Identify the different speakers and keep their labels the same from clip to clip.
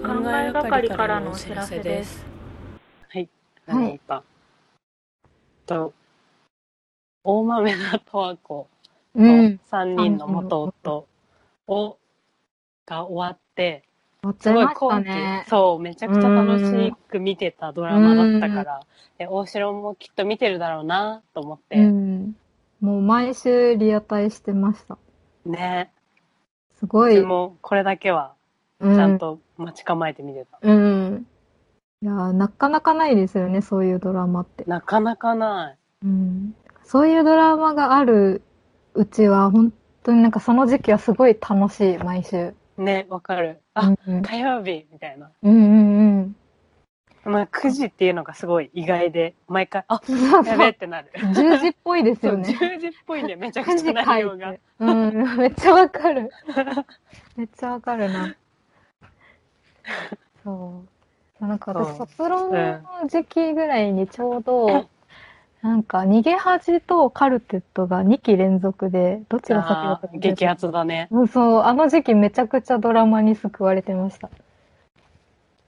Speaker 1: 考えがかりからのお知らせです。
Speaker 2: はい。
Speaker 3: はい
Speaker 2: なんか、と、大豆田十和子
Speaker 3: う
Speaker 2: の
Speaker 3: ん。
Speaker 2: 3人の元夫を、が終わって、
Speaker 3: 持っち
Speaker 2: す
Speaker 3: ゃい
Speaker 2: ごい
Speaker 3: ました
Speaker 2: 今
Speaker 3: ね
Speaker 2: 期、。そう、めちゃくちゃ楽しく見てたドラマだったから、で大城もきっと見てるだろうなと思って、
Speaker 3: うん。もう毎週リアタイしてました。
Speaker 2: ね、
Speaker 3: すごい。
Speaker 2: で
Speaker 3: う
Speaker 2: もこれだけはちゃん
Speaker 3: ん。
Speaker 2: と待ち構えて見てた。
Speaker 3: うん。いやーなかなかないですよね、そういうドラマって。
Speaker 2: なかなかない。
Speaker 3: うん。そういうドラマがあるうちは、本当になんかその時期はすごい楽しい、毎週。
Speaker 2: ね、わかる。あ、
Speaker 3: うんうん
Speaker 2: 火曜日みたいな。
Speaker 3: うんうん
Speaker 2: まあ、9時っていうのがすごい意外で、毎回、 あ、
Speaker 3: うん。そうそ
Speaker 2: やべえっ
Speaker 3: う。
Speaker 2: てなる。
Speaker 3: 10時っぽいです
Speaker 2: そう
Speaker 3: よね。
Speaker 2: 10時っぽいんで、めちゃく
Speaker 3: 9
Speaker 2: ちゃ
Speaker 3: 時
Speaker 2: 内
Speaker 3: 書
Speaker 2: 容
Speaker 3: い
Speaker 2: が
Speaker 3: て。。うん、めっちゃわかる。めっちゃわかるな。そう。なんか私、
Speaker 2: そう
Speaker 3: 卒論の時期ぐらいにちょうど、なんか、逃げ恥とカルテットが2期連続で、どっちが先だっ
Speaker 2: あ
Speaker 3: たか
Speaker 2: ー激アツだね。
Speaker 3: うんそう、あの時期めちゃくちゃドラマに救われてました。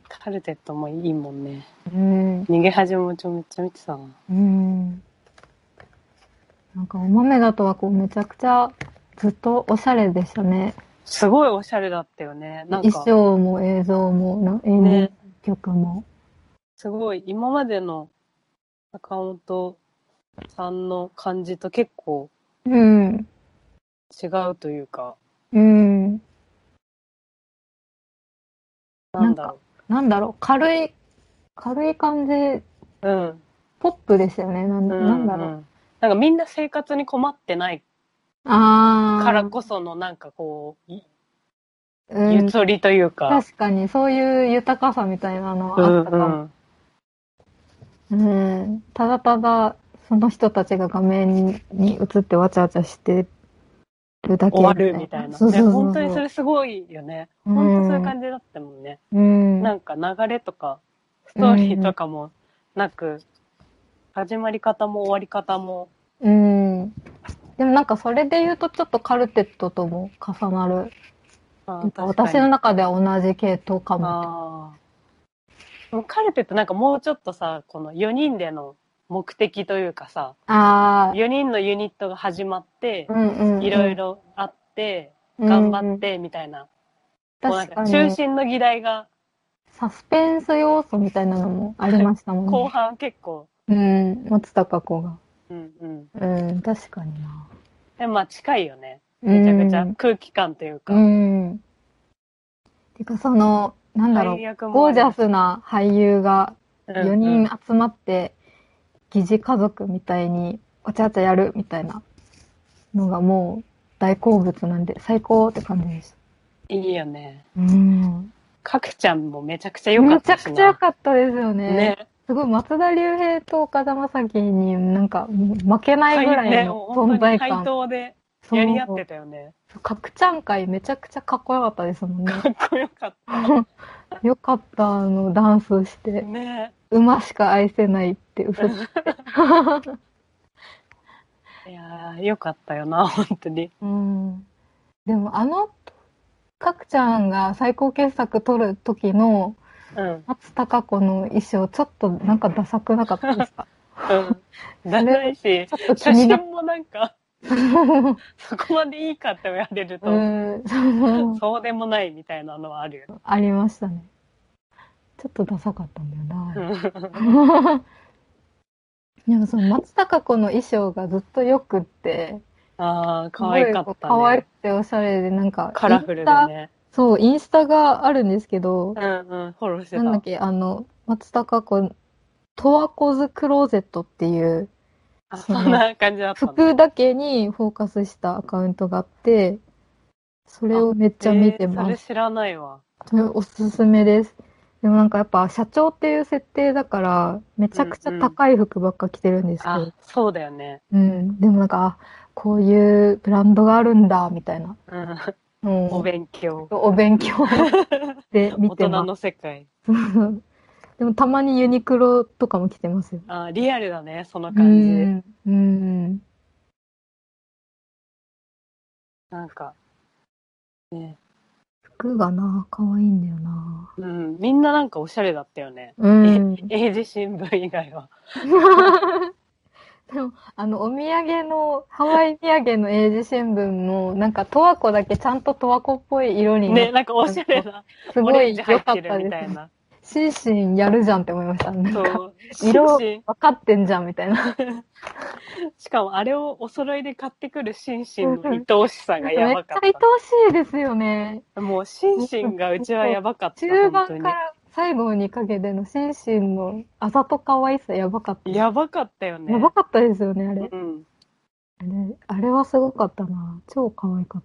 Speaker 2: カルテットもいいもんね。
Speaker 3: うん。
Speaker 2: 逃げ恥もちょめっちゃ見てたな。
Speaker 3: うん。なんか、お豆だとはこう、めちゃくちゃ、ずっとおしゃれでしたね。
Speaker 2: すごいおしゃれだったよね。なん
Speaker 3: 衣
Speaker 2: か、
Speaker 3: 装も映像も、な演
Speaker 2: ね
Speaker 3: 劇曲も。
Speaker 2: すごい、今までの坂本さんの感じと結構
Speaker 3: うん。
Speaker 2: 違うというか、
Speaker 3: うん。
Speaker 2: なんだろ
Speaker 3: なんだろう、軽い、軽い感じ、
Speaker 2: う。うん。
Speaker 3: ポップですよね。なん,、
Speaker 2: うん
Speaker 3: なんだろう。
Speaker 2: んなんかみんな生活に困ってない
Speaker 3: ああ。
Speaker 2: からこそのなんかこう、い
Speaker 3: うん
Speaker 2: ゆとりというか。
Speaker 3: 確かに、そういう豊かさみたいなのはあったかも。
Speaker 2: ん。
Speaker 3: うんただただ、その人たちが画面に映ってわちゃわちゃしてるだけ
Speaker 2: 終わるみたいな。
Speaker 3: そうそうそう
Speaker 2: ね本当にそれすごいよね。
Speaker 3: うん
Speaker 2: 本当そういう感じだったもんね。
Speaker 3: うん。
Speaker 2: なんか流れとか、ストーリーとかもなく、始まり方も終わり方も、
Speaker 3: うん。でもなんかそれで言うとちょっとカルテットとも重なる。
Speaker 2: あ
Speaker 3: なんか私の中では同じ系統かも。
Speaker 2: あーでもカルテってなんかもうちょっとさ、この4人での目的というかさ、
Speaker 3: ああ。
Speaker 2: 4人のユニットが始まって
Speaker 3: う、んうんうん。
Speaker 2: いろいろあって、
Speaker 3: うん
Speaker 2: 頑張ってみたいな、こうなん
Speaker 3: 確か
Speaker 2: か
Speaker 3: に。
Speaker 2: 中心の議題が
Speaker 3: サスペンス要素みたいなのもありましたもんね。
Speaker 2: 後半結構、
Speaker 3: うん、松たか子が。
Speaker 2: うんうん。
Speaker 3: うん、確かにな。
Speaker 2: でもまあ近いよね。めちゃくちゃ
Speaker 3: うん
Speaker 2: 空気感というか。
Speaker 3: うん。てか、その、なんだろう、
Speaker 2: 役
Speaker 3: ゴージャスな俳優が4人
Speaker 2: あ
Speaker 3: 集まって、疑似家族みたいに、わちゃわちゃやるみたいなのがもう大好物なんで、最高って感じでした。
Speaker 2: るいいよね。
Speaker 3: うん。
Speaker 2: かくちゃんもめちゃくちゃ良か
Speaker 3: め
Speaker 2: っ
Speaker 3: ち
Speaker 2: た
Speaker 3: ゃく
Speaker 2: し
Speaker 3: ち
Speaker 2: な。
Speaker 3: ゃ良かったですよね。
Speaker 2: ね。
Speaker 3: すごい、松田龍平と岡田将生になんか、負けないぐらいの存在
Speaker 2: ね本
Speaker 3: 感。
Speaker 2: 当に対等で
Speaker 3: そう
Speaker 2: やり合ってたよね。
Speaker 3: 角ちゃん会めちゃくちゃかっこよかったですもんね。
Speaker 2: かっこよかっ。
Speaker 3: よかった、あの、ダンスしたて。
Speaker 2: ね。
Speaker 3: 馬しか愛せないって嘘ついて。
Speaker 2: いやー、よかったよな、本当に。
Speaker 3: うん。でも、あの、角ちゃんが最高傑作撮る時の
Speaker 2: うん。
Speaker 3: 松たか子の衣装、ちょっとなんかダサくなかっ たですか
Speaker 2: うん。だないし
Speaker 3: ち、ょっと気
Speaker 2: 写真
Speaker 3: になっ
Speaker 2: もなん か、そこまでいいかって言われる
Speaker 3: た。う
Speaker 2: と、
Speaker 3: ん。そう
Speaker 2: そうでもないみたいなのはあるよね。
Speaker 3: ありましたね。ちょっとダサかったんだよな。
Speaker 2: うん
Speaker 3: でもその松たか子の衣装がずっとよくって、
Speaker 2: あー、可愛かった
Speaker 3: すごいこ
Speaker 2: ね
Speaker 3: う。可愛くておしゃれで、なんか、
Speaker 2: カラフルだね。
Speaker 3: インスタそう、インスタがあるんですけど
Speaker 2: う、んうん、フォローして。
Speaker 3: なんだったけ、あの、松たか子、トワコズクローゼットっていう、
Speaker 2: あそんな感じだったんだ。
Speaker 3: 服だけにフォーカスしたアカウントがあって、それをめっちゃ見て
Speaker 2: えーそ
Speaker 3: ま
Speaker 2: れ
Speaker 3: す。
Speaker 2: 知らないわ。
Speaker 3: それおすすめです。でもなんかやっぱ社長っていう設定だから、めちゃくちゃ高い服ばっか着てるんですけど、
Speaker 2: あ、そうだよね。
Speaker 3: うん。でもなんか、あこういうブランドがあるんだ、みたいな。
Speaker 2: うん、
Speaker 3: うん
Speaker 2: お勉強。
Speaker 3: お 勉強で見
Speaker 2: 大
Speaker 3: て
Speaker 2: 人
Speaker 3: ま
Speaker 2: の世界。
Speaker 3: す。でもたまにユニクロとかも着てますよ。
Speaker 2: あ、リアルだね、その感じ。
Speaker 3: うん。うん。
Speaker 2: なんか、ね、
Speaker 3: 服がな、可愛いんだよな。
Speaker 2: うん、みんななんかおしゃれだったよね。
Speaker 3: うん。
Speaker 2: 英字新聞以外は。
Speaker 3: でも、あの、お土産の、ハワイ土産の英字新聞も、なんか、十和子だけちゃんと十和子っぽい色になっ
Speaker 2: ね、なんかおしゃれな、
Speaker 3: す
Speaker 2: オ
Speaker 3: ご
Speaker 2: レ
Speaker 3: い
Speaker 2: ンジ
Speaker 3: 良
Speaker 2: 入
Speaker 3: か
Speaker 2: って
Speaker 3: ったで
Speaker 2: るみたい
Speaker 3: す。
Speaker 2: な。
Speaker 3: シンシンやるじゃんって思いました。なん
Speaker 2: そ
Speaker 3: か、
Speaker 2: う。
Speaker 3: 色
Speaker 2: 心身
Speaker 3: 分かってんじゃんみた いな。
Speaker 2: しかもあれをお揃いで買ってくるシンシンの愛おしさが
Speaker 3: めっち
Speaker 2: や
Speaker 3: ゃ
Speaker 2: ばかっ
Speaker 3: 愛おしいですよね。
Speaker 2: た。もうシンシンがうちはやばかった。本
Speaker 3: 中
Speaker 2: 当
Speaker 3: 盤
Speaker 2: に
Speaker 3: から最後にかけてのシンシンのあざと可愛さやばかった。
Speaker 2: やばかったよね。
Speaker 3: やばかったですよね、あれ。
Speaker 2: うん。
Speaker 3: あれあれはすごかったな。超可愛かっ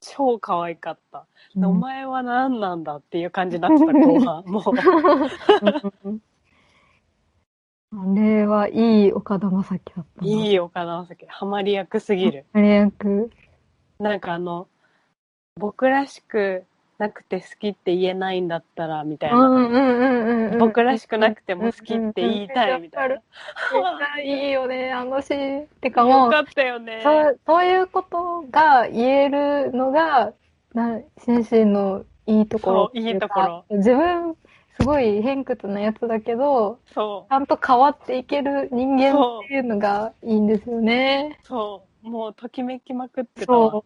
Speaker 2: 超可愛かった。
Speaker 3: た。
Speaker 2: お前は何なんだっていう感じになってた後 半。もう。
Speaker 3: うんあれはいい岡田将生だったな。
Speaker 2: いい岡田将生。ハマり役すぎる。
Speaker 3: あれ役。
Speaker 2: なんかあの、僕らしくなくて好きって言えないんだったら、みたい
Speaker 3: うん
Speaker 2: な。
Speaker 3: うんうんうんうん。
Speaker 2: 僕らしくなくても好きって言いたい、みたいな。
Speaker 3: うんうんうん。わかるいいよね、あのシーン。てかも
Speaker 2: よ
Speaker 3: う
Speaker 2: か、ったよね。
Speaker 3: そう、そういうことが言えるのが、な、先生のいいところってうか
Speaker 2: そういいとこ
Speaker 3: 自分、すごい偏屈なやつだけど、
Speaker 2: そ
Speaker 3: ちゃんと変わっていける人間っていうのがいいんですよね。
Speaker 2: う。そう。もうときめきまくってたわ。
Speaker 3: そう。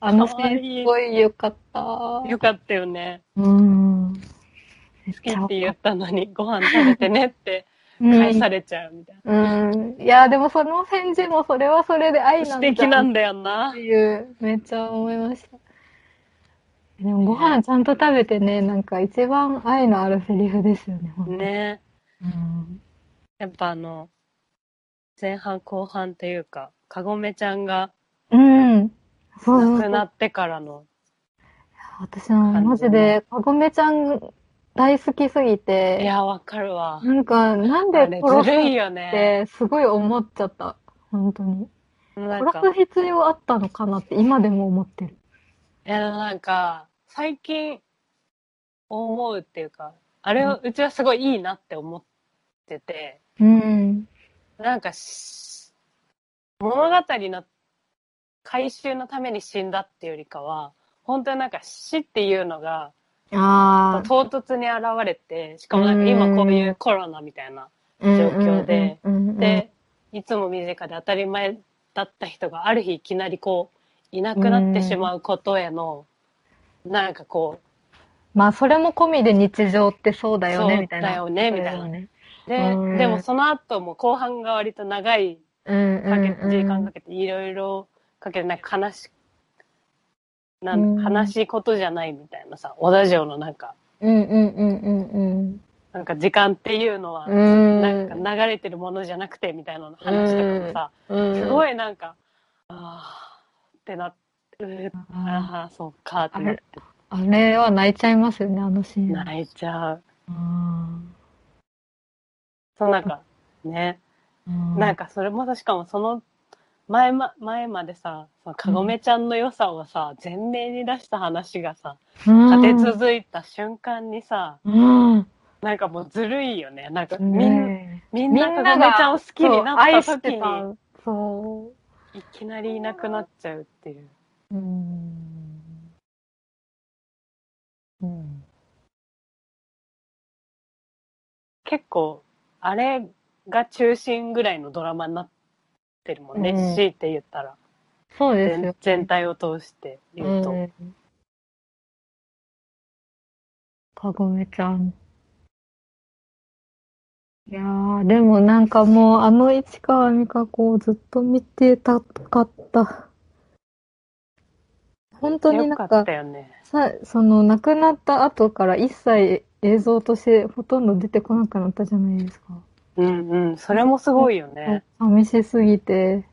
Speaker 3: あのシ
Speaker 2: かわいい
Speaker 3: ーンすごい良かった。
Speaker 2: よかったよね。
Speaker 3: うん。
Speaker 2: 好きって言ったのに、ご飯食べてねって返されちゃうみたいな。
Speaker 3: うん。いや、でもその返事もそれはそれで愛な
Speaker 2: 素
Speaker 3: んだ
Speaker 2: 敵
Speaker 3: な
Speaker 2: なんだよな
Speaker 3: って。いう、めっちゃ思いました。でもご飯ちゃんと食べてね、なんか一番愛のあるセリフですよね、ほんと。
Speaker 2: ね
Speaker 3: うん。
Speaker 2: やっぱあの、前半後半というか、かごめちゃんが
Speaker 3: うん。そうそう
Speaker 2: 亡
Speaker 3: そ
Speaker 2: く
Speaker 3: う
Speaker 2: なってからの、
Speaker 3: 私はマジで、かごめちゃん大好きすぎ
Speaker 2: い
Speaker 3: て、
Speaker 2: や、わかるわ。
Speaker 3: なんか、なんで
Speaker 2: あれず
Speaker 3: 殺す
Speaker 2: るい
Speaker 3: っ
Speaker 2: よね。
Speaker 3: てすごい思っちゃった。本当に。
Speaker 2: なんか、
Speaker 3: 殺す必要あったのかなって今でも思ってる。
Speaker 2: いやなんか、最近思うっていうか、あれをうちはすごいいいなって思ってて、
Speaker 3: うん。
Speaker 2: なんかし、物語の回収のために死んだっていうよりかは、本当になんか死っていうのが、
Speaker 3: ああ。
Speaker 2: 唐突に現れて、しかもなんか今こういうコロナみたいな、状況で
Speaker 3: うんうんうん、
Speaker 2: で、いつも身近で当たり前だった人がある日いきなりこう、いなくなってしまうことへの、なんかこ
Speaker 3: まあ、それも込みで日常ってそうだよね、みたいな。
Speaker 2: そうだよねみたいな
Speaker 3: そうだよね
Speaker 2: う、で、
Speaker 3: うん
Speaker 2: でもその後も後半が割と長い
Speaker 3: うん
Speaker 2: かけ、
Speaker 3: うんうん
Speaker 2: 時間かけていろいろかけて、なんか悲し、な
Speaker 3: うん
Speaker 2: ん悲しいことじゃないみたいなさ、小田城のなんか、
Speaker 3: うんうんうんうん
Speaker 2: なんか時間っていうのは、
Speaker 3: うん。
Speaker 2: なんか流れてるものじゃなくてみたいなの話とかもさ、
Speaker 3: うん、
Speaker 2: すご
Speaker 3: い。
Speaker 2: いなんか、あーってなって、うー
Speaker 3: あ
Speaker 2: ああ、そうかってなって
Speaker 3: れは泣いちゃいますよね、あのシーン。
Speaker 2: 泣いちゃう。
Speaker 3: うん
Speaker 2: そうなんか、ね。
Speaker 3: うん
Speaker 2: なんかそれもさ、しかもその前ま、前までさ、そのかごめちゃんの良さをさ、前面に出した話がさ、
Speaker 3: うん、
Speaker 2: 立て続いた瞬間にさ、
Speaker 3: うん。
Speaker 2: なんかもうずるいよね。なんかみん,、
Speaker 3: ね
Speaker 2: み
Speaker 3: え
Speaker 2: んなかごめちゃんを好きになった
Speaker 3: そう愛して
Speaker 2: 時に、
Speaker 3: たそ
Speaker 2: いきなりいなくなっちゃうっていう。
Speaker 3: う。うん。うん。
Speaker 2: 結構、あれが中心ぐらいのドラマになってるもんね。
Speaker 3: うん
Speaker 2: 強いて言ったら。
Speaker 3: そうですよ
Speaker 2: 全。全体を通して言うと。
Speaker 3: んかごめちゃん。いやー、でもなんかもうあの市川美香子をずっと見てたかった。本当に
Speaker 2: よ
Speaker 3: なん
Speaker 2: か
Speaker 3: か、
Speaker 2: ったよね。
Speaker 3: さ、その亡くなった後から一切映像としてほとんど出てこなくなったじゃないですか。
Speaker 2: うんうん。それもすごいよね。
Speaker 3: 寂しすぎて、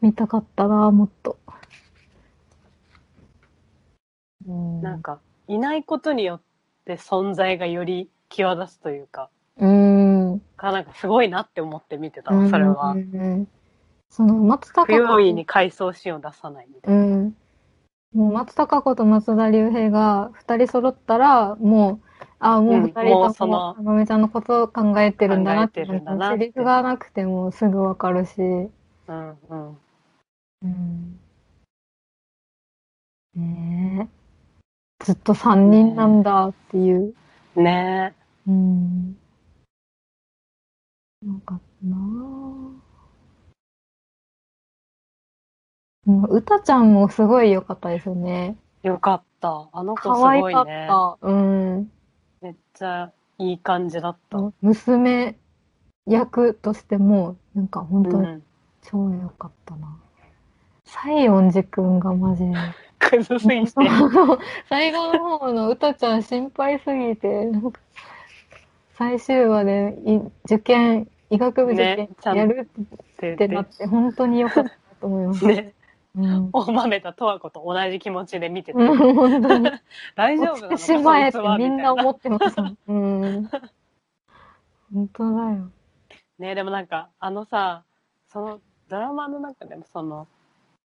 Speaker 3: 見たかったな、もっと。うん
Speaker 2: なんか、いないことによって存在がより際立つというか、
Speaker 3: うん。
Speaker 2: かなんかすごいなって思って見てたわ、それは
Speaker 3: うん。うんうんその松た
Speaker 2: 不
Speaker 3: か
Speaker 2: 用
Speaker 3: 子
Speaker 2: 意に回想シーンを出さないみたい
Speaker 3: うん。もう松たか子と松田龍平が二人揃ったら、もう、あもう
Speaker 2: う
Speaker 3: 二
Speaker 2: んもう
Speaker 3: 人
Speaker 2: そ
Speaker 3: と
Speaker 2: の
Speaker 3: も、かごめちゃんのことを考えてるんだなって、
Speaker 2: 考えてるんだなって
Speaker 3: セリフがなくてもすぐわかるし。
Speaker 2: な。うんうん。
Speaker 3: うん。ねずっと3人なんだっていう。
Speaker 2: ねえ。
Speaker 3: うん。なんかなぁ。うんうたちゃんもすごい良かったですよね。
Speaker 2: よかった。あの子す
Speaker 3: 可
Speaker 2: ご
Speaker 3: 愛
Speaker 2: い
Speaker 3: かっ
Speaker 2: ね。
Speaker 3: た。うん。
Speaker 2: めっちゃいい感じだった。
Speaker 3: 娘役としても、なんか本当
Speaker 2: う
Speaker 3: に
Speaker 2: ん。
Speaker 3: 超良かったな。西園寺くんがマジで。
Speaker 2: クズすぎて。
Speaker 3: 最後の方のうたちゃん心配すぎて、なんか最終話でい受験、医学部受
Speaker 2: ねちゃん
Speaker 3: 験
Speaker 2: と
Speaker 3: やる
Speaker 2: って
Speaker 3: ってなって、本当に良かったと思います。
Speaker 2: ね。
Speaker 3: うん。
Speaker 2: 大豆田十和子と同じ気持ちで見てて、
Speaker 3: うん本当に。
Speaker 2: 大丈夫なの
Speaker 3: 落
Speaker 2: か
Speaker 3: ちてしまえって
Speaker 2: そいつは
Speaker 3: みんな
Speaker 2: みたい
Speaker 3: 思ってますもん。うん。本当だよ。
Speaker 2: ねでもなんか、あのさ、そのドラマの中でもその、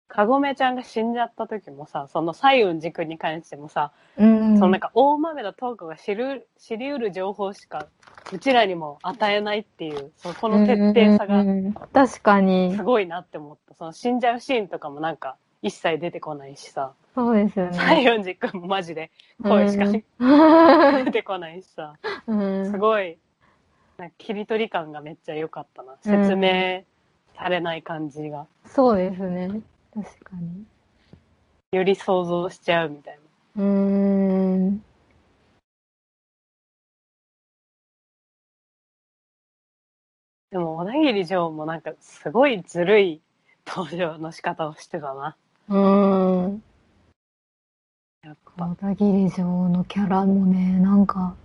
Speaker 2: かごめちゃんが死んじゃった時もさ、その西雲寺君に関してもさ、
Speaker 3: うん。
Speaker 2: そのなんか大豆田十和子が知る、知りうる情報しか、うちらにも与えないっていう、そこの徹底さ
Speaker 3: う
Speaker 2: が
Speaker 3: ん確かに
Speaker 2: す。ごいなって思った。その死んじゃうシーンとかもなんか、一切出てこないしさ、
Speaker 3: そうですよね。
Speaker 2: 西雲寺君もマジで声しか 出
Speaker 3: うん
Speaker 2: てこないしさ。
Speaker 3: うん
Speaker 2: すごい、なんか切り取り感がめっちゃ良かったな。
Speaker 3: うん
Speaker 2: 説明されない感じが、
Speaker 3: そうですね。確かに。
Speaker 2: より想像しちゃうみたいな。
Speaker 3: うーん。
Speaker 2: でも、小田切城もなんか、すごいずるい登場の仕方をしてたな。
Speaker 3: うーん。
Speaker 2: やっぱ。
Speaker 3: 小田切城のキャラもね、なんか、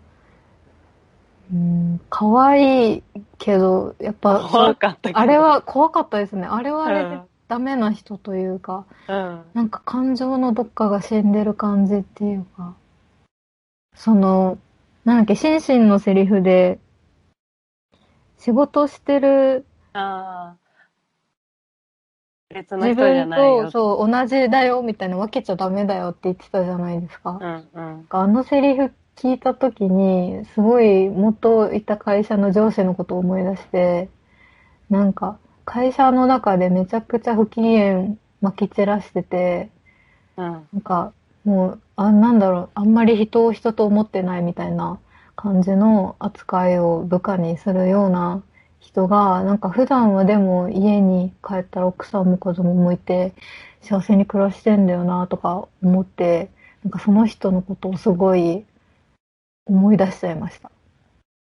Speaker 3: うん、可愛いけど、やっぱ、
Speaker 2: 怖かったけど。
Speaker 3: あれ、は怖かったですね。あれはあれ
Speaker 2: う
Speaker 3: で
Speaker 2: ん
Speaker 3: ダメな人というか、
Speaker 2: うん。
Speaker 3: なんか感情のどっかが死んでる感じっていうか、その、なんだっけ、シンシンのセリフで、仕事してる
Speaker 2: ああ。別の
Speaker 3: 自
Speaker 2: 人じゃ
Speaker 3: 分
Speaker 2: ないよ。
Speaker 3: とそう同じだよみたいな分けちゃダメだよって言ってたじゃないですか。
Speaker 2: うんうん。
Speaker 3: あのセリフ聞いた時にすごい元いた会社の上司のことを思い出してなんか会社の中でめちゃくちゃ不機嫌まき散らしてて
Speaker 2: うん。
Speaker 3: なんかもうあなんだろうあんまり人を人と思ってないみたいな感じの扱いを部下にするような人がなんか普段はでも家に帰ったら奥さんも子供もいて幸せに暮らしてんだよなとか思ってなんかその人のことをすごい思い出しちゃいました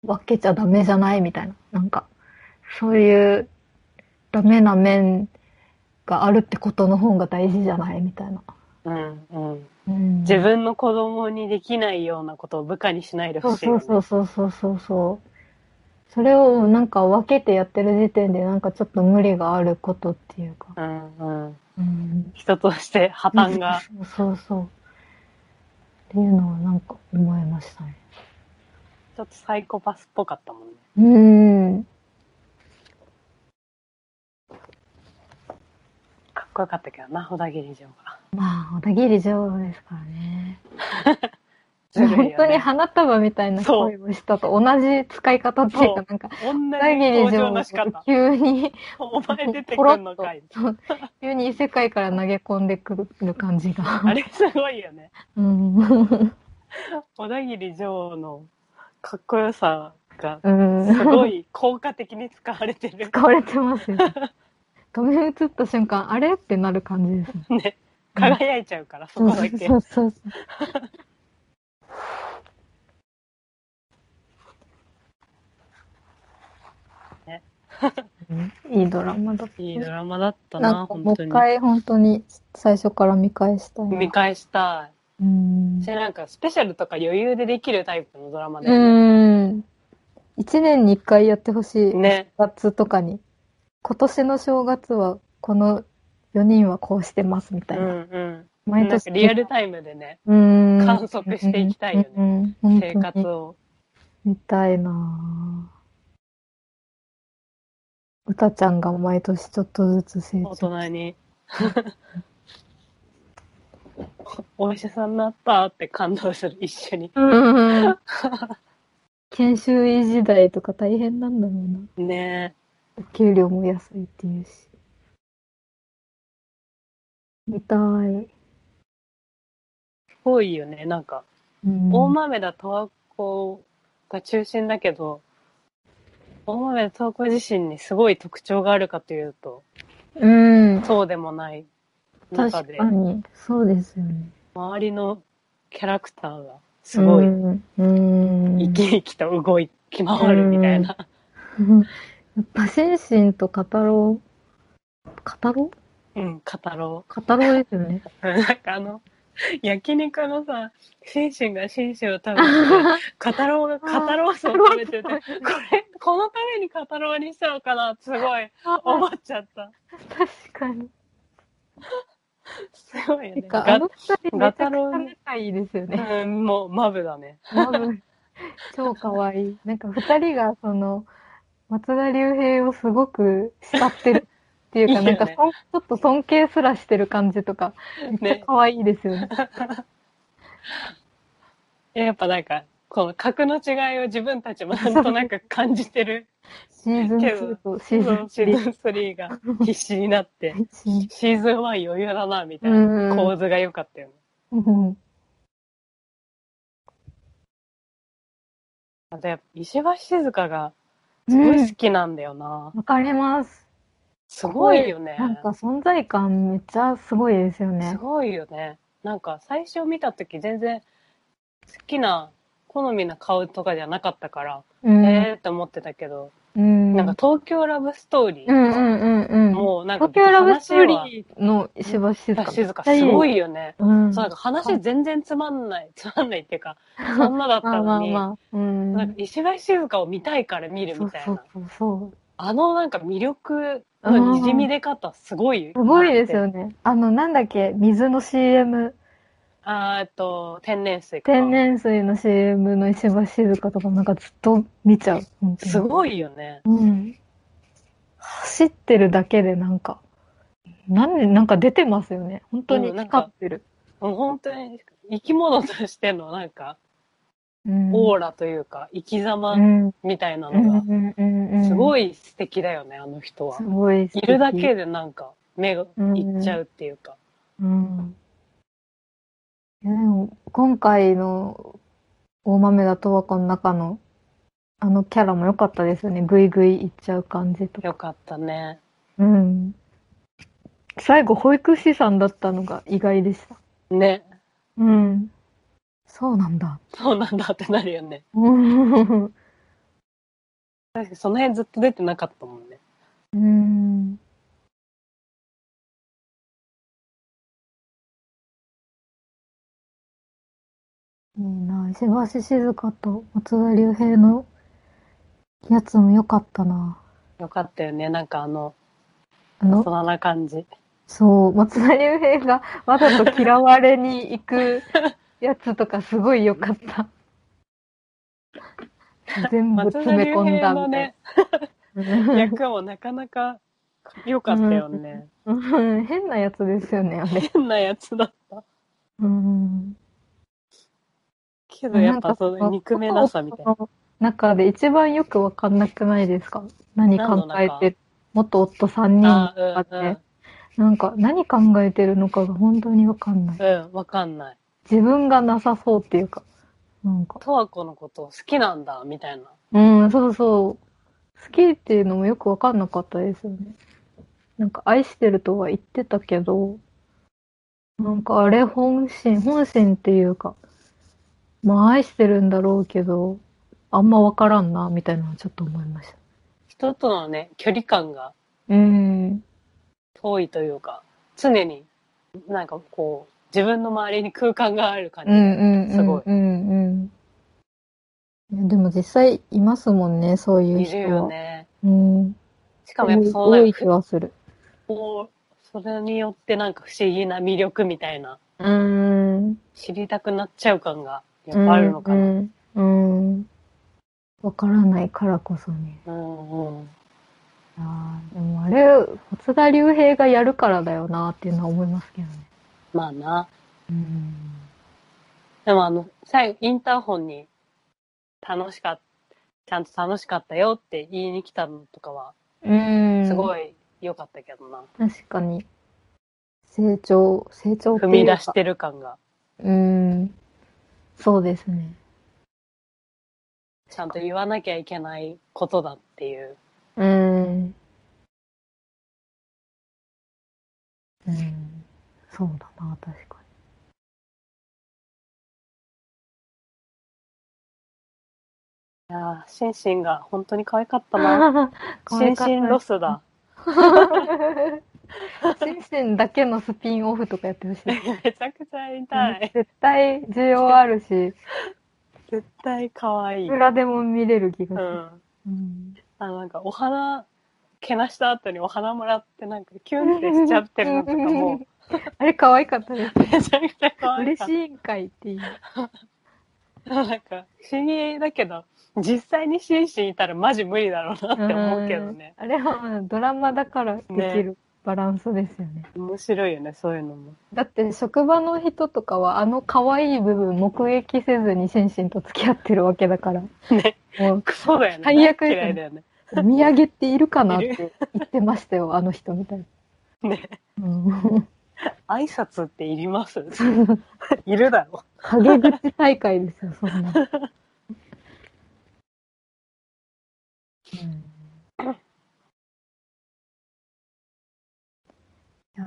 Speaker 3: 分けちゃダメじゃないみたいななんかそういうダメな面があるってことの方が大事じゃないみたいな。
Speaker 2: うんうん。
Speaker 3: うん
Speaker 2: 自分の子供にできないようなことを部下にしないで
Speaker 3: そ
Speaker 2: ほ
Speaker 3: う
Speaker 2: しいよ
Speaker 3: そう
Speaker 2: ね。
Speaker 3: そうそうそうそうそう。それをなんか分けてやってる時点でなんかちょっと無理があることっていうか。
Speaker 2: うんうん。
Speaker 3: うん。
Speaker 2: 人として破綻が。
Speaker 3: そうそうそう。っていうのはなんか思いましたね。
Speaker 2: ちょっとサイコパスっぽかったもんね。
Speaker 3: うん。
Speaker 2: かっこよかったけどな、小田切城が。
Speaker 3: まあ、小田切女王ですからね。
Speaker 2: ずるいよ
Speaker 3: 本
Speaker 2: ね
Speaker 3: 当に花束みたいな声をしたと同じ使い方っていう
Speaker 2: そ
Speaker 3: か
Speaker 2: う
Speaker 3: なんか、小田
Speaker 2: 同じ
Speaker 3: 切
Speaker 2: 登
Speaker 3: 女
Speaker 2: 場
Speaker 3: 王
Speaker 2: の仕
Speaker 3: が
Speaker 2: 方。
Speaker 3: 急に、
Speaker 2: お前出て
Speaker 3: ポ
Speaker 2: く
Speaker 3: ロ
Speaker 2: る
Speaker 3: ッ
Speaker 2: の
Speaker 3: と
Speaker 2: かい。
Speaker 3: そう急に異世界から投げ込んでくる感じが。
Speaker 2: あれすごいよね。
Speaker 3: うん。
Speaker 2: 小田切城のかっこよさが、
Speaker 3: うん。
Speaker 2: すごい効果的に使われてる
Speaker 3: 使。われてます よ。画面映った瞬間、あれってなる感じですね。
Speaker 2: ね。輝いちゃうから、そ
Speaker 3: そう
Speaker 2: こ
Speaker 3: そう
Speaker 2: だけ
Speaker 3: そ。うそう。
Speaker 2: ね
Speaker 3: いいドラマだった。
Speaker 2: いいドラマだった
Speaker 3: なん
Speaker 2: な、
Speaker 3: かもう
Speaker 2: 本当
Speaker 3: 一
Speaker 2: に。
Speaker 3: 回本当に最初から見返したいな。
Speaker 2: 見返した
Speaker 3: うん
Speaker 2: い。し、。なんかスペシャルとか余裕でできるタイプのドラマで。
Speaker 3: うん。一年に一回やってほしい。
Speaker 2: ね。
Speaker 3: 正月とかに。今年の正月はこの4人はこうしてますみた
Speaker 2: う
Speaker 3: い
Speaker 2: ん
Speaker 3: な。
Speaker 2: うん。
Speaker 3: 毎
Speaker 2: なん
Speaker 3: 年
Speaker 2: かリアルタイムでね、
Speaker 3: うん
Speaker 2: 観測していきたいよね
Speaker 3: うんうん
Speaker 2: 生
Speaker 3: 本当
Speaker 2: 活
Speaker 3: に
Speaker 2: を。
Speaker 3: 見たいなぁうたちゃんが毎年ちょっとずつ成
Speaker 2: 大
Speaker 3: 長。
Speaker 2: 人に。 お医者さんになったって感動する、一緒に。
Speaker 3: うん。研修医時代とか大変なんだろうな。
Speaker 2: ね
Speaker 3: お給料も安いっていうし。見たい。
Speaker 2: ごいよね。なんか、
Speaker 3: うん
Speaker 2: 大豆田十和子が中心だけど、大豆田十和子自身にすごい特徴があるかというと、
Speaker 3: うん。
Speaker 2: そうでもない中
Speaker 3: 確
Speaker 2: で
Speaker 3: か、に。そうですよね。
Speaker 2: 周りのキャラクターがすごい
Speaker 3: うん。うん
Speaker 2: 生き生きと動き回るみたいな。
Speaker 3: やっぱ、シンシンとカタロウ、カタロウ
Speaker 2: うん、語ろう。
Speaker 3: カタロウですよね。
Speaker 2: なんかあの、焼肉のさ、シンシンがシンシンを 食べてて、カタロウがカタロウスを食べてて、これ、このためにカタロウにしたのかなってすごい思っちゃった。
Speaker 3: 確かに。
Speaker 2: すごいよ
Speaker 3: て
Speaker 2: ね。
Speaker 3: か、あ
Speaker 2: ガ
Speaker 3: の二人め
Speaker 2: ガ
Speaker 3: ち
Speaker 2: タ
Speaker 3: ゃくち
Speaker 2: ロ
Speaker 3: ゃ
Speaker 2: ウ
Speaker 3: 仲いいですよね。
Speaker 2: うん、もう、マブだね。
Speaker 3: 多分超可愛い。なんか二人がその、松田龍平をすごく慕ってるっていうか、
Speaker 2: いいよ
Speaker 3: な
Speaker 2: ね
Speaker 3: んかそんちょっと尊敬すらしてる感じとか、めっち
Speaker 2: ね
Speaker 3: ゃ。可愛いですよね。
Speaker 2: やっぱなんか、この格の違いを自分たちもなんとなく感じてる。
Speaker 3: シーズン
Speaker 2: け
Speaker 3: 2
Speaker 2: ど
Speaker 3: とシ
Speaker 2: シ
Speaker 3: ー
Speaker 2: ー
Speaker 3: ズ
Speaker 2: ズ
Speaker 3: ン
Speaker 2: ン3
Speaker 3: 3。
Speaker 2: が必死になって、シーズン1余裕だな、みたい
Speaker 3: うんう
Speaker 2: なん構図が良かったよね。
Speaker 3: うん
Speaker 2: あとやっぱ石橋静香がすごい好きなんだよな。
Speaker 3: わかります。
Speaker 2: すごいよね。
Speaker 3: なんか存在感めっちゃすごいですよ
Speaker 2: す
Speaker 3: ね。
Speaker 2: ごいよね。なんか最初見た時全然好きな好みな顔とかじゃなかったから、
Speaker 3: うん
Speaker 2: えーって思ってたけど、
Speaker 3: うん。
Speaker 2: なんか東京ラブストーリ
Speaker 3: う
Speaker 2: ー、
Speaker 3: んうんうんうん。
Speaker 2: もうなんか
Speaker 3: 東京ラブストー
Speaker 2: 話は
Speaker 3: リーの石橋静香。
Speaker 2: 静かすご
Speaker 3: い。
Speaker 2: いよね。
Speaker 3: うん。
Speaker 2: そうなんか話全然つまんない、つまんないっていう か、そんなだった
Speaker 3: まあま
Speaker 2: の
Speaker 3: あ
Speaker 2: に、
Speaker 3: まあ。うん。
Speaker 2: なんか石橋静香を見たいから見る
Speaker 3: そ
Speaker 2: み
Speaker 3: う
Speaker 2: たいな。
Speaker 3: そうそうそう。
Speaker 2: あのなんか魅力の滲み出方すごい。
Speaker 3: すごいですよ。ね。あの、なんだっけ、水の CM、
Speaker 2: あーえっと、天然水か。
Speaker 3: 天然水の CM の石橋静香とかなんかずっと見ちゃう。本当に
Speaker 2: すごいよね。
Speaker 3: うん。走ってるだけでなんか、なんで、なんか出てますよね。本当に
Speaker 2: うんなんか
Speaker 3: 光ってる。
Speaker 2: もう本当に生き物としてのなんか、
Speaker 3: うん。
Speaker 2: オーラというか、生き様
Speaker 3: うん
Speaker 2: みたいな
Speaker 3: うんう
Speaker 2: の
Speaker 3: んうんう
Speaker 2: が、
Speaker 3: ん。
Speaker 2: す
Speaker 3: い。
Speaker 2: ごい素敵だよね、あの人は
Speaker 3: す。ごい素
Speaker 2: い
Speaker 3: 敵。
Speaker 2: るだけでなんか、目が
Speaker 3: うん
Speaker 2: いっちゃうっていうか。
Speaker 3: うん。いやでも、今回の大豆だとはこの中の、あのキャラも良かったですよね。ぐいぐいいっちゃう感じとか。
Speaker 2: よかったね。
Speaker 3: うん。最後、保育士さんだったのが意外でした。
Speaker 2: ね。
Speaker 3: うん。そうなん だ。
Speaker 2: そうなんだってなるよね。
Speaker 3: うん。
Speaker 2: 確かにその辺ずっと出てなかったもんね。
Speaker 3: うん。いいな、石橋静香と松田龍平のやつも良かったな。
Speaker 2: よかったよね。なんかあの、
Speaker 3: あの、
Speaker 2: そんな感じ。
Speaker 3: そう、松田龍平がわざと嫌われに行くやつとかすごい良かった。全部
Speaker 2: 松田
Speaker 3: 詰
Speaker 2: 龍
Speaker 3: め込ん
Speaker 2: 平
Speaker 3: だ
Speaker 2: の
Speaker 3: みたい
Speaker 2: ね、
Speaker 3: な。
Speaker 2: 役もなかなか良かったよね。
Speaker 3: うん変なやつですよね、あれ。
Speaker 2: 変なやつだった。
Speaker 3: うん。
Speaker 2: けどやっぱその憎めなさみたいな。。
Speaker 3: 中で一番よくわかんなくないですか何考えてる。元夫三人
Speaker 2: あ
Speaker 3: あって、
Speaker 2: ーうんうん。
Speaker 3: なんか何考えてるのかが本当にわかんない。
Speaker 2: うん、わかんない。
Speaker 3: 自分がなさそうっていうか、なんか。
Speaker 2: 十和子のこと好きなんだ、みたいな。
Speaker 3: うん、そうそう。好きっていうのもよくわかんなかったですよね。なんか愛してるとは言ってたけど、なんかあれ本心、本心っていうか、まあ愛してるんだろうけど、あんまわからんな、みたいなのはちょっと思いました。
Speaker 2: 人とのね、距離感が
Speaker 3: うん。
Speaker 2: 遠いというか、常に、なんかこう、自分の周りに空間がある感
Speaker 3: う
Speaker 2: じ。
Speaker 3: んうんうん。
Speaker 2: すごい
Speaker 3: うんうん。いやでも実際いますもんね、そういう
Speaker 2: い
Speaker 3: 人は。
Speaker 2: るよね。
Speaker 3: うん。
Speaker 2: しかもやっぱその
Speaker 3: 多
Speaker 2: ないん
Speaker 3: 気
Speaker 2: か、
Speaker 3: はする。
Speaker 2: こう、それによってなんか不思議な魅力みたいな、
Speaker 3: うん。
Speaker 2: 知りたくなっちゃう感がやっぱあるのか
Speaker 3: う
Speaker 2: な。
Speaker 3: ん、うんうんわからないからこそね。
Speaker 2: うんうん。
Speaker 3: あーでもあれ、松田龍平がやるからだよなっていうのは思いますけどね。
Speaker 2: まあな。
Speaker 3: うん。
Speaker 2: でもあの、最後、インターホンに、楽しかった、ちゃんと楽しかったよって言いに来たのとかは、
Speaker 3: うん。
Speaker 2: すご
Speaker 3: い。
Speaker 2: い良かったけどな。
Speaker 3: 確かに。成長、成長って
Speaker 2: 踏
Speaker 3: い
Speaker 2: み
Speaker 3: うか
Speaker 2: 出してる感が。
Speaker 3: うん。そうですね。
Speaker 2: ちゃんと言わなきゃいけないことだっていう。
Speaker 3: うん。うん。そうだな、確か
Speaker 2: いやーシンシンが本当に可愛かったな。
Speaker 3: に。可
Speaker 2: シ
Speaker 3: 愛
Speaker 2: ン
Speaker 3: か
Speaker 2: シンロスだ。
Speaker 3: った。シンシンだけのスピンオフとかやってほしい。
Speaker 2: めちゃくちゃ痛い。
Speaker 3: 絶対需要あるし、
Speaker 2: 絶対可愛い。
Speaker 3: いうく
Speaker 2: ん。
Speaker 3: らでも見れる気がする。
Speaker 2: あ
Speaker 3: うん。
Speaker 2: なんかお花、けなした後にお花もらってなんかキュンってしちゃってるのとかも
Speaker 3: あれ可愛かったです。
Speaker 2: めちゃくちゃ可愛い。
Speaker 3: 嬉しいんかいっていう。
Speaker 2: なんか不思議だけど、実際にシンシンいたらマジ無理だろうなって思うけどね。
Speaker 3: うん。あれはドラマだからできるバランスですよね。
Speaker 2: 面白いよね、そういうのも。
Speaker 3: だって職場の人とかはあの可愛い部分目撃せずにシンシンと付き合ってるわけだから。
Speaker 2: ね
Speaker 3: も
Speaker 2: クソだよね。
Speaker 3: 最悪ですね
Speaker 2: 嫌いだよね。
Speaker 3: う、お土産っているかなっ
Speaker 2: い
Speaker 3: て言ってましたよ、あの人みたいな。
Speaker 2: ね
Speaker 3: うん。
Speaker 2: 挨拶っていります いるだろ
Speaker 3: 陰口大会ですよ、そんな。うんいや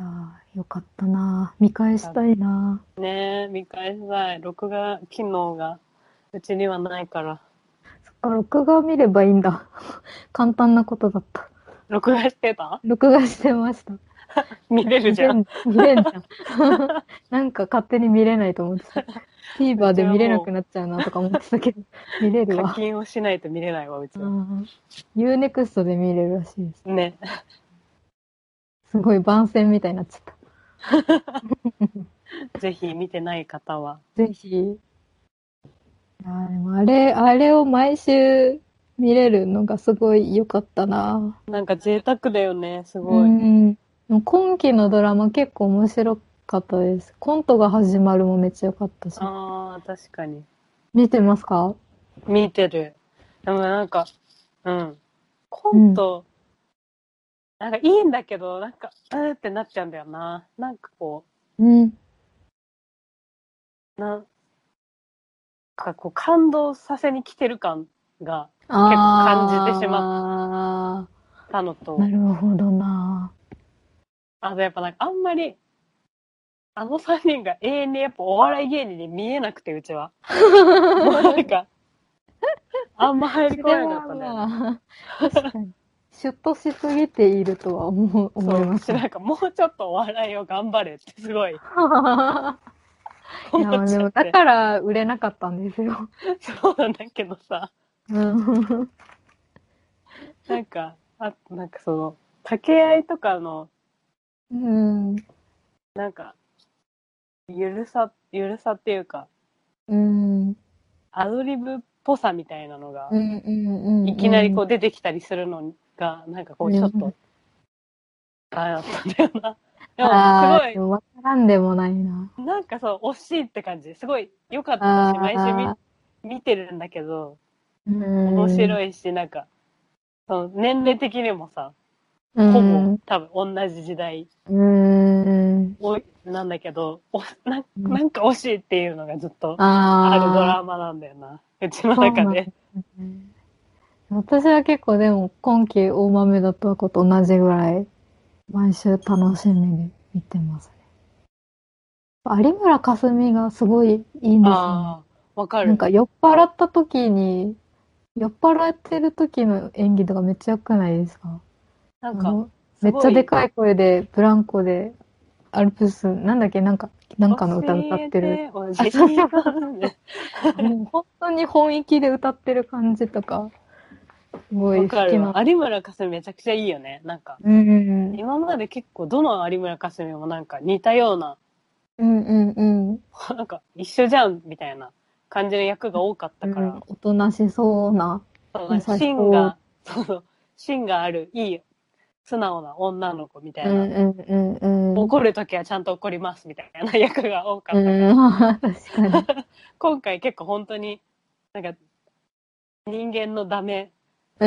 Speaker 3: ーよかったな見返したいな
Speaker 2: う。ねえ、見返したい。録画機能がうちにはないから。
Speaker 3: そっか、録画見ればいいんだ。簡単なことだった。
Speaker 2: 録画してた
Speaker 3: 録画してました。
Speaker 2: 見れるじゃん。
Speaker 3: 見れん見れんじゃん。なんか勝手に見れないと思ってた。TVer で見れなくなっちゃうなとか思ってたけど、見れる
Speaker 2: 課
Speaker 3: わ。
Speaker 2: 金をしないと見れないわ、うち
Speaker 3: う
Speaker 2: は。
Speaker 3: ん Unext で見れるらしいです。
Speaker 2: ね。
Speaker 3: すごい番宣みたいになっちゃっ
Speaker 2: ぜひ見てない方は。
Speaker 3: た。ぜひ。いやーでもあれ、あれを毎週見れるのがすごい良かったな。
Speaker 2: なんか贅沢だよね、すご
Speaker 3: う
Speaker 2: い。
Speaker 3: ん。でも今期のドラマ結構面白かったです。コントが始まるもめっちゃ良かったし。
Speaker 2: ああ、確かに。
Speaker 3: 見てますか
Speaker 2: 見てる。でもなんか、うん。コント、なんかいいんだけど、なんか、うーってなっちゃうんだよな。なんかこ
Speaker 3: うん。
Speaker 2: う、なんかこう感動させに来てる感が
Speaker 3: あ
Speaker 2: 結構感じてし
Speaker 3: まっ
Speaker 2: たのと、
Speaker 3: なるほどな。
Speaker 2: あとやっぱなんかあんまり、あの3人が永遠にやっぱお笑い芸人に見えなくて、うち は。もうなんか、あんま入り込めなかったね。
Speaker 3: まあ確かに。シュッとしすぎているとは思う思いま
Speaker 2: そ
Speaker 3: す
Speaker 2: う。なんかもうちょっとお笑いを頑張れってすごい
Speaker 3: い
Speaker 2: 思
Speaker 3: や、
Speaker 2: っち
Speaker 3: で
Speaker 2: ゃ
Speaker 3: も
Speaker 2: っ
Speaker 3: だ
Speaker 2: て。
Speaker 3: から売れなかったんですよ。
Speaker 2: そうなんだけどさ、
Speaker 3: うん。
Speaker 2: なんか、あなんかその、掛け合いとかの、
Speaker 3: うん。
Speaker 2: なんか、ゆるさ、ゆるさっていうか、
Speaker 3: うん。
Speaker 2: アドリブっぽさみたいなのが、
Speaker 3: うん。うん。
Speaker 2: いきなりこ
Speaker 3: う
Speaker 2: う出てきたりするのが、なんかこうちょっ
Speaker 3: う
Speaker 2: と、あれだったんだよな。
Speaker 3: ん、ああ、
Speaker 2: で
Speaker 3: で
Speaker 2: もす
Speaker 3: もわからんでもないな。
Speaker 2: ごい、なんかそう、惜しいって感じ。すごい良かった
Speaker 3: あ
Speaker 2: し、
Speaker 3: あ
Speaker 2: 毎週見見てるんだけど、
Speaker 3: 面
Speaker 2: 面
Speaker 3: い。
Speaker 2: 白いし、なんか、その年齢的にもさ、
Speaker 3: うん、
Speaker 2: ほぼ多分同じ時代
Speaker 3: うん。
Speaker 2: おなんだけどおなん、
Speaker 3: うん
Speaker 2: なんか惜しいっていうのがずっと
Speaker 3: あ
Speaker 2: あ
Speaker 3: あ。
Speaker 2: るドラマなんだよな。うちの
Speaker 3: そう
Speaker 2: 中
Speaker 3: なん
Speaker 2: で。
Speaker 3: 私は結構でも今期大豆だったこと同じぐらい毎週楽しみに見てますね。有村架純がすごいいいんですよね。
Speaker 2: ああ、わかる。
Speaker 3: なんか酔っ払った時に、酔っ払ってる時の演技とかめっちゃ良くないですか
Speaker 2: なん
Speaker 3: あ
Speaker 2: か、
Speaker 3: のめっちゃでかい声で、ブランコで、アルプス、なんだっけ、なんか、なんかの歌歌ってる。
Speaker 2: 教えて。
Speaker 3: あそうそう
Speaker 2: 教
Speaker 3: もう 本当に本域で歌ってる感じとか、すご
Speaker 2: えて
Speaker 3: い
Speaker 2: わか
Speaker 3: 好き
Speaker 2: る
Speaker 3: な
Speaker 2: わ。有村架純めちゃくちゃいいよね。なんか、
Speaker 3: うんうん
Speaker 2: 今まで結構どの有村架純もなんか似たような、
Speaker 3: うんうん。
Speaker 2: なんか一緒じゃんみたいな感じの役が多かった
Speaker 3: だ
Speaker 2: か、
Speaker 3: からら、おとなしそうな。
Speaker 2: そうなんか
Speaker 3: 優しそう
Speaker 2: 芯が、そうそう、芯がある、いい、素直な女の子みたいな、
Speaker 3: うんうんうん。
Speaker 2: 怒るときはちゃんと怒りますみたいな役が多かったから、
Speaker 3: うん、 確かに。
Speaker 2: 今回結構本当に、なんか、人間のダメ、
Speaker 3: ダ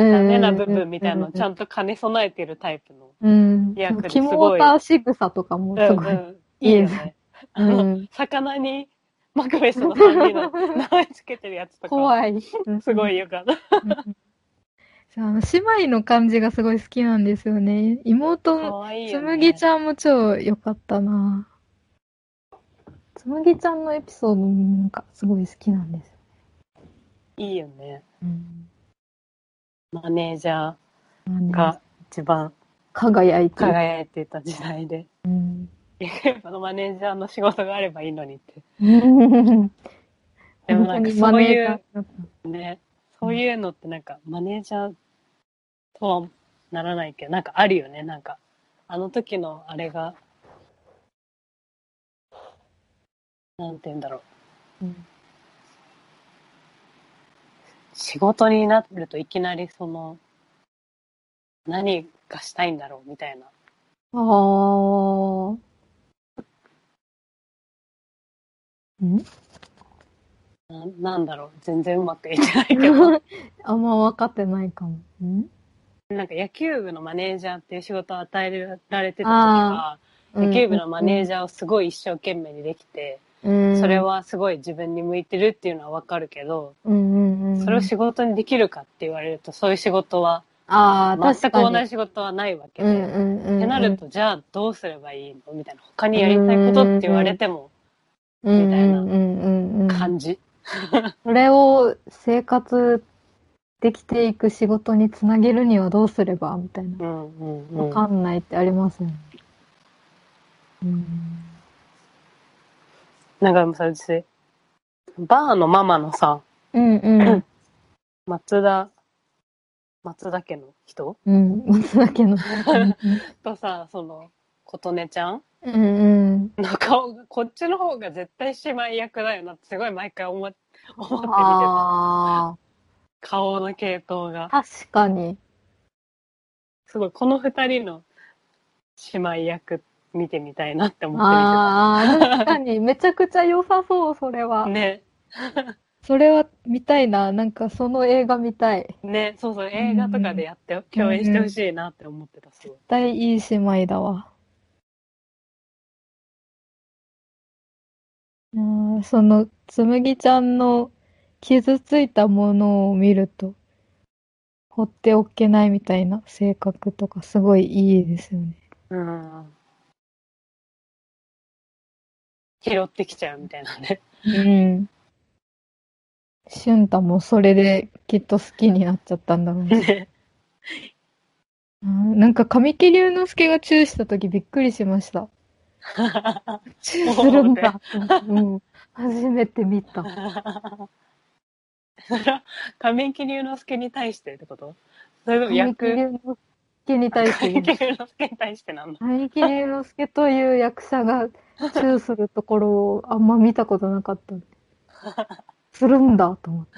Speaker 2: ダメな部分みたいなのをちゃ
Speaker 3: んと。
Speaker 2: んと兼ね備えてるタイプの。
Speaker 3: うん。
Speaker 2: 役ですごい
Speaker 3: 肝をた仕草とかもすごい。
Speaker 2: うんうんいいよね。あ
Speaker 3: う
Speaker 2: の、
Speaker 3: ん。
Speaker 2: 魚にマクベスの3人の名前つけてるや つとか
Speaker 4: 怖い。
Speaker 2: すごいよかった
Speaker 3: そうあの姉妹の感じがすごい好きなんですよね。妹
Speaker 2: か
Speaker 3: の
Speaker 2: わいい
Speaker 3: つ
Speaker 2: よ、ね、
Speaker 3: むぎちゃんも超良かったな。つむぎちゃんのエピソードもなんかすごい好きなんですよ。
Speaker 2: いいよね
Speaker 3: うん
Speaker 2: マネージャ
Speaker 3: まあね
Speaker 2: ーが一番
Speaker 3: 輝いてる。
Speaker 2: 輝いてた時代 で、
Speaker 3: うん
Speaker 2: このマネージャーの仕事があればいいのにって
Speaker 3: 本
Speaker 2: でもな
Speaker 3: 当
Speaker 2: んか
Speaker 3: に
Speaker 2: そ
Speaker 3: マ
Speaker 2: う
Speaker 3: ネージ
Speaker 2: い
Speaker 3: ャー
Speaker 2: うねそういうのってなんかマネージャーとはならないけどなんかあるよねなんかあの時のあれがなんて言うんだろう、
Speaker 3: うん
Speaker 2: 仕事になるといきなりその何がしたいんだろうみたいな
Speaker 3: ああ。ん
Speaker 2: ななんだろう全然うまくいってないけど
Speaker 3: あんま分かってないかも。ん
Speaker 2: なんか野球部のマネージャーっていう仕事を与えられてた時は野球部のマネー
Speaker 3: ジ
Speaker 2: ジャーをすごい一生懸命にできて、
Speaker 3: ャー
Speaker 2: それ、はすごい自分に向いてるっていうのはわかるけど、
Speaker 3: うんうんうん、
Speaker 2: それを仕事にできるかって言われるとそういう仕事は
Speaker 3: ああ、
Speaker 2: 全く
Speaker 3: 確かに。
Speaker 2: 同じ仕事はないわけ
Speaker 3: う
Speaker 2: で、
Speaker 3: んうんうんうん。
Speaker 2: ってなるとじゃあどうすればいいのみたいな他にやりたいことって言われても
Speaker 3: うんうん
Speaker 2: みたいな
Speaker 3: うんうんうん。
Speaker 2: 感じ、
Speaker 3: それを生活できていく仕事につなげるにはどうすればみたいな。
Speaker 2: うんうんうん
Speaker 3: わかんないってありますよね。うん。
Speaker 2: なんかでもさうちバーのママのさ
Speaker 3: うんうん。
Speaker 2: 松田松田家の人
Speaker 3: うん。松だけの。
Speaker 2: とさその琴音ちゃん
Speaker 3: うんうん。
Speaker 2: の顔がこっちの方が絶対姉妹役だよなってすごい毎回思っ 思って見てた
Speaker 3: あ
Speaker 2: 顔の系統が
Speaker 3: あ、確かに。
Speaker 2: すごいこの二人の姉妹役見てみたいなって思って
Speaker 3: ああ、確かに。めちゃくちゃ良さそう、それは。
Speaker 2: 見てたね
Speaker 3: それは見たいな。なんかその映画見たい。
Speaker 2: ねそうそう映画とかでやって、共演してほしいなって思ってたすごい
Speaker 3: 絶対いい姉妹だわ。あーそのつむぎちゃんの傷ついたものを見ると放っておけないみたいな性格とかすごいいいですよね。
Speaker 2: うん拾ってきちゃうみたいなね
Speaker 3: うん。しゅんたもそれできっと好きになっちゃったんだろう ね。
Speaker 2: ね
Speaker 3: うんなんか神木隆之介がチューした時びっくりしました。チューするんだ。うん、初めて見た。
Speaker 2: それは神木隆之介に対してってことそれとも
Speaker 3: 神木
Speaker 2: 役
Speaker 3: 隆之介に対して
Speaker 2: 神木隆之介に対してなんだ
Speaker 3: 神木隆之介という役者がチューするところをあんま見たことなかったんでするんだと思って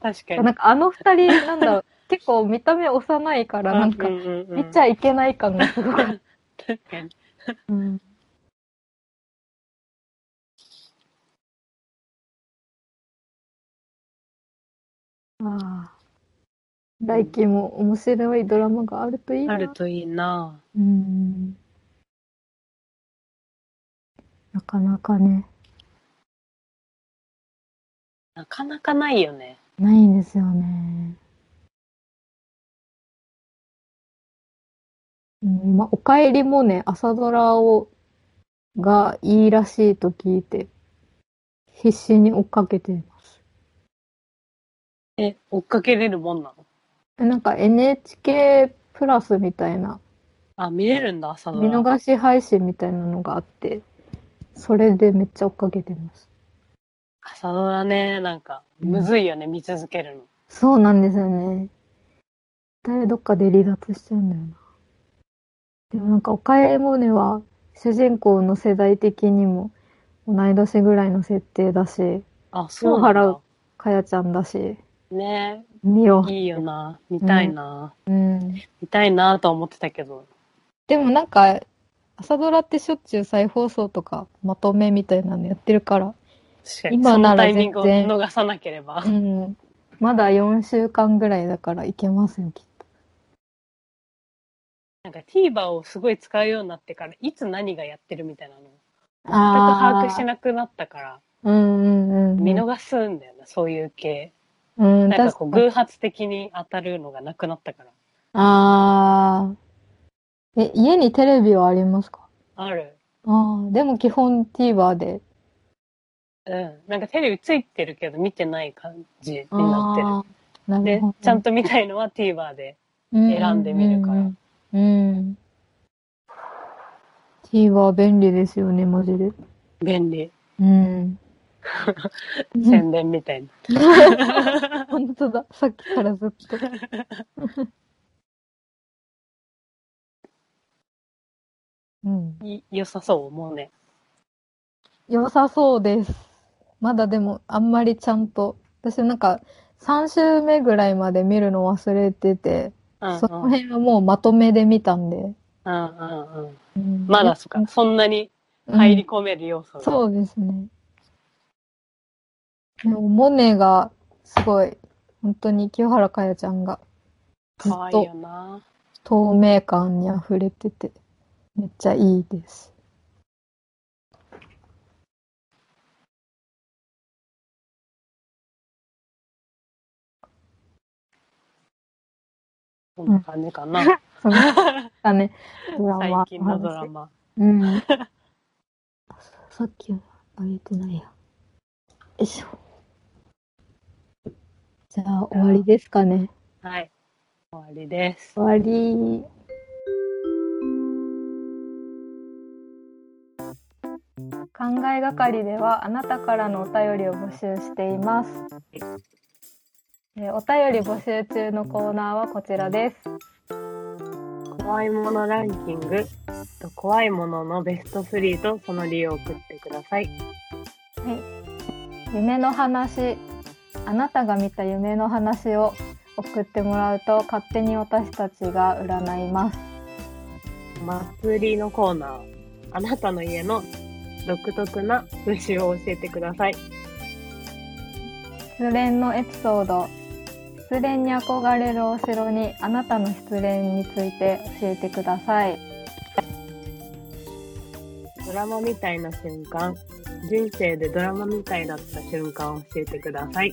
Speaker 2: 確かに
Speaker 3: なんかあの二人なんだろう結構見た目幼いからなんか
Speaker 2: うんうんうん
Speaker 3: 見ちゃいけない感がすごかった、
Speaker 2: 確かに
Speaker 3: うんああ来季も面白いドラマがあるといいな
Speaker 2: あるといいな
Speaker 3: うんなかなかね、
Speaker 2: なかなかないよね
Speaker 3: ないんですよね。うん、まあ、おかえりもね、朝ドラを、がいいらしいと聞いて、必死に追っかけてます。
Speaker 2: え追っかけれるもんなの
Speaker 3: えなんか NHK プラスみたいな、
Speaker 2: あ見れるんだ朝ド
Speaker 3: 見
Speaker 2: ラ
Speaker 3: 逃し配信みたいなのがあって、それでめっちゃ追っかけてます。
Speaker 2: 朝ドラねなんかむずいよね、見続けるの
Speaker 3: そうなんですよね。誰どっかで離脱しちゃうんだよな。でもなんか、おかえりモネは、主人公の世代的にも、同い年ぐらいの設定だし、
Speaker 2: あそうなん
Speaker 3: そう
Speaker 2: だ
Speaker 3: かやちゃんだし、
Speaker 2: ね
Speaker 3: 見よ
Speaker 2: いいよな見たいな、
Speaker 3: う。うん。
Speaker 2: 見たいなとは思ってたけど
Speaker 3: でもなんか、朝ドラってしょっちゅう再放送とか、まとめみたいなのやってるから、
Speaker 2: 確かに
Speaker 3: 今
Speaker 2: そ
Speaker 3: な
Speaker 2: の
Speaker 3: ら
Speaker 2: タイミングを
Speaker 3: 全然
Speaker 2: 逃さなければ
Speaker 3: うん。まだ4週間ぐらいだからいけますよ、きっ
Speaker 2: なんか TVer をすごい使うようになってからいつ何がやってるみたいなの全く把握しなくなったから
Speaker 3: うんうんうん。
Speaker 2: 見逃すんだよな、そういう系
Speaker 3: うん、
Speaker 2: なんかこう
Speaker 3: 確かに
Speaker 2: 偶発的に当たるのがなくなったから
Speaker 3: ああ。え、家にテレビはありますか
Speaker 2: ある
Speaker 3: ああ、でも基本 TVer で。
Speaker 2: うんなんかテレビついてるけど見てない感じになってる
Speaker 3: あーなる
Speaker 2: で
Speaker 3: ほど。
Speaker 2: ちゃんと見たいのは TVer で
Speaker 3: 選
Speaker 2: 選んでみるから
Speaker 3: うんうんうん。TVer 便利ですよね、マジで。
Speaker 2: 便利
Speaker 3: うん。
Speaker 2: 宣伝みたいな、
Speaker 3: 本当だ、さっきからずっと。うん、
Speaker 2: い良さそうもうね
Speaker 3: 良さそうです。まだでも、あんまりちゃんと。私なんか、3週目ぐらいまで見るの忘れてて、
Speaker 2: うんうん
Speaker 3: その辺はもうまとめで見たんで。
Speaker 2: うんうんうん
Speaker 3: うん
Speaker 2: まだそっか、そんなに入り込める要素が、
Speaker 3: そうですね。でも、モネが、すごい、本当に清原かやちゃんが、ずっ
Speaker 2: かわいい
Speaker 3: と
Speaker 2: よな
Speaker 3: 透明感に溢れてて、めっちゃいいです。
Speaker 2: こんな感じかな、
Speaker 3: その、だね、ドラ
Speaker 2: 最。
Speaker 3: マ
Speaker 2: 近のドラマ
Speaker 3: うん。 さっきあげてないや。よいしょ。じゃあ、終わりですかね。
Speaker 2: はい終わりです
Speaker 3: 終わり。考えがかりではあなたからのお便りを募集しています。えーお便り募集中のコーナーはこちらです。
Speaker 2: 怖いものランキングと怖いもののベスト3とその理由を送ってください
Speaker 3: 夢の話あなたが見た夢の話を送ってもらうと勝手に私たちが占います
Speaker 2: 祭りのコーナーあなたの家の独特な風習を教えてください
Speaker 3: 失恋のエピソード失恋に憧れるお城にあなたの失恋について教えてください
Speaker 2: ドラマみたいな瞬間人生でドラマみたいだった瞬間を教えてください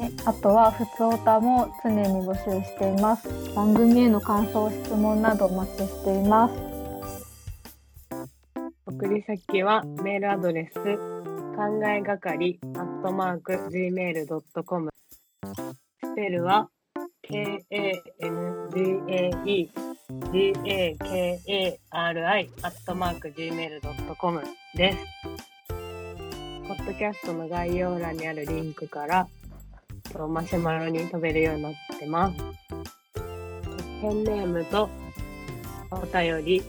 Speaker 3: ねあとはふつおたも常に募集しています番組への感想質問などお待ちしています
Speaker 2: 送り先はメールアドレス考えがかりアットマーク gmail.com スペルは kangae gakari アットマーク gmail.com です。ポッドキャストの概要欄にあるリンクからとマシュマロに飛べるようになってます。ペンネームとお便り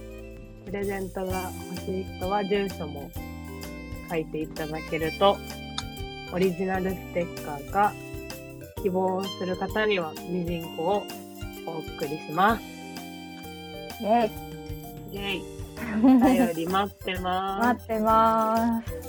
Speaker 2: プレゼントが欲しい人は住所も書いていただけると、オリジナルステッカーか、希望する方にはミジンコをお送りします。
Speaker 3: イエイ
Speaker 2: イェイ。お便り待ってま
Speaker 3: 待ってます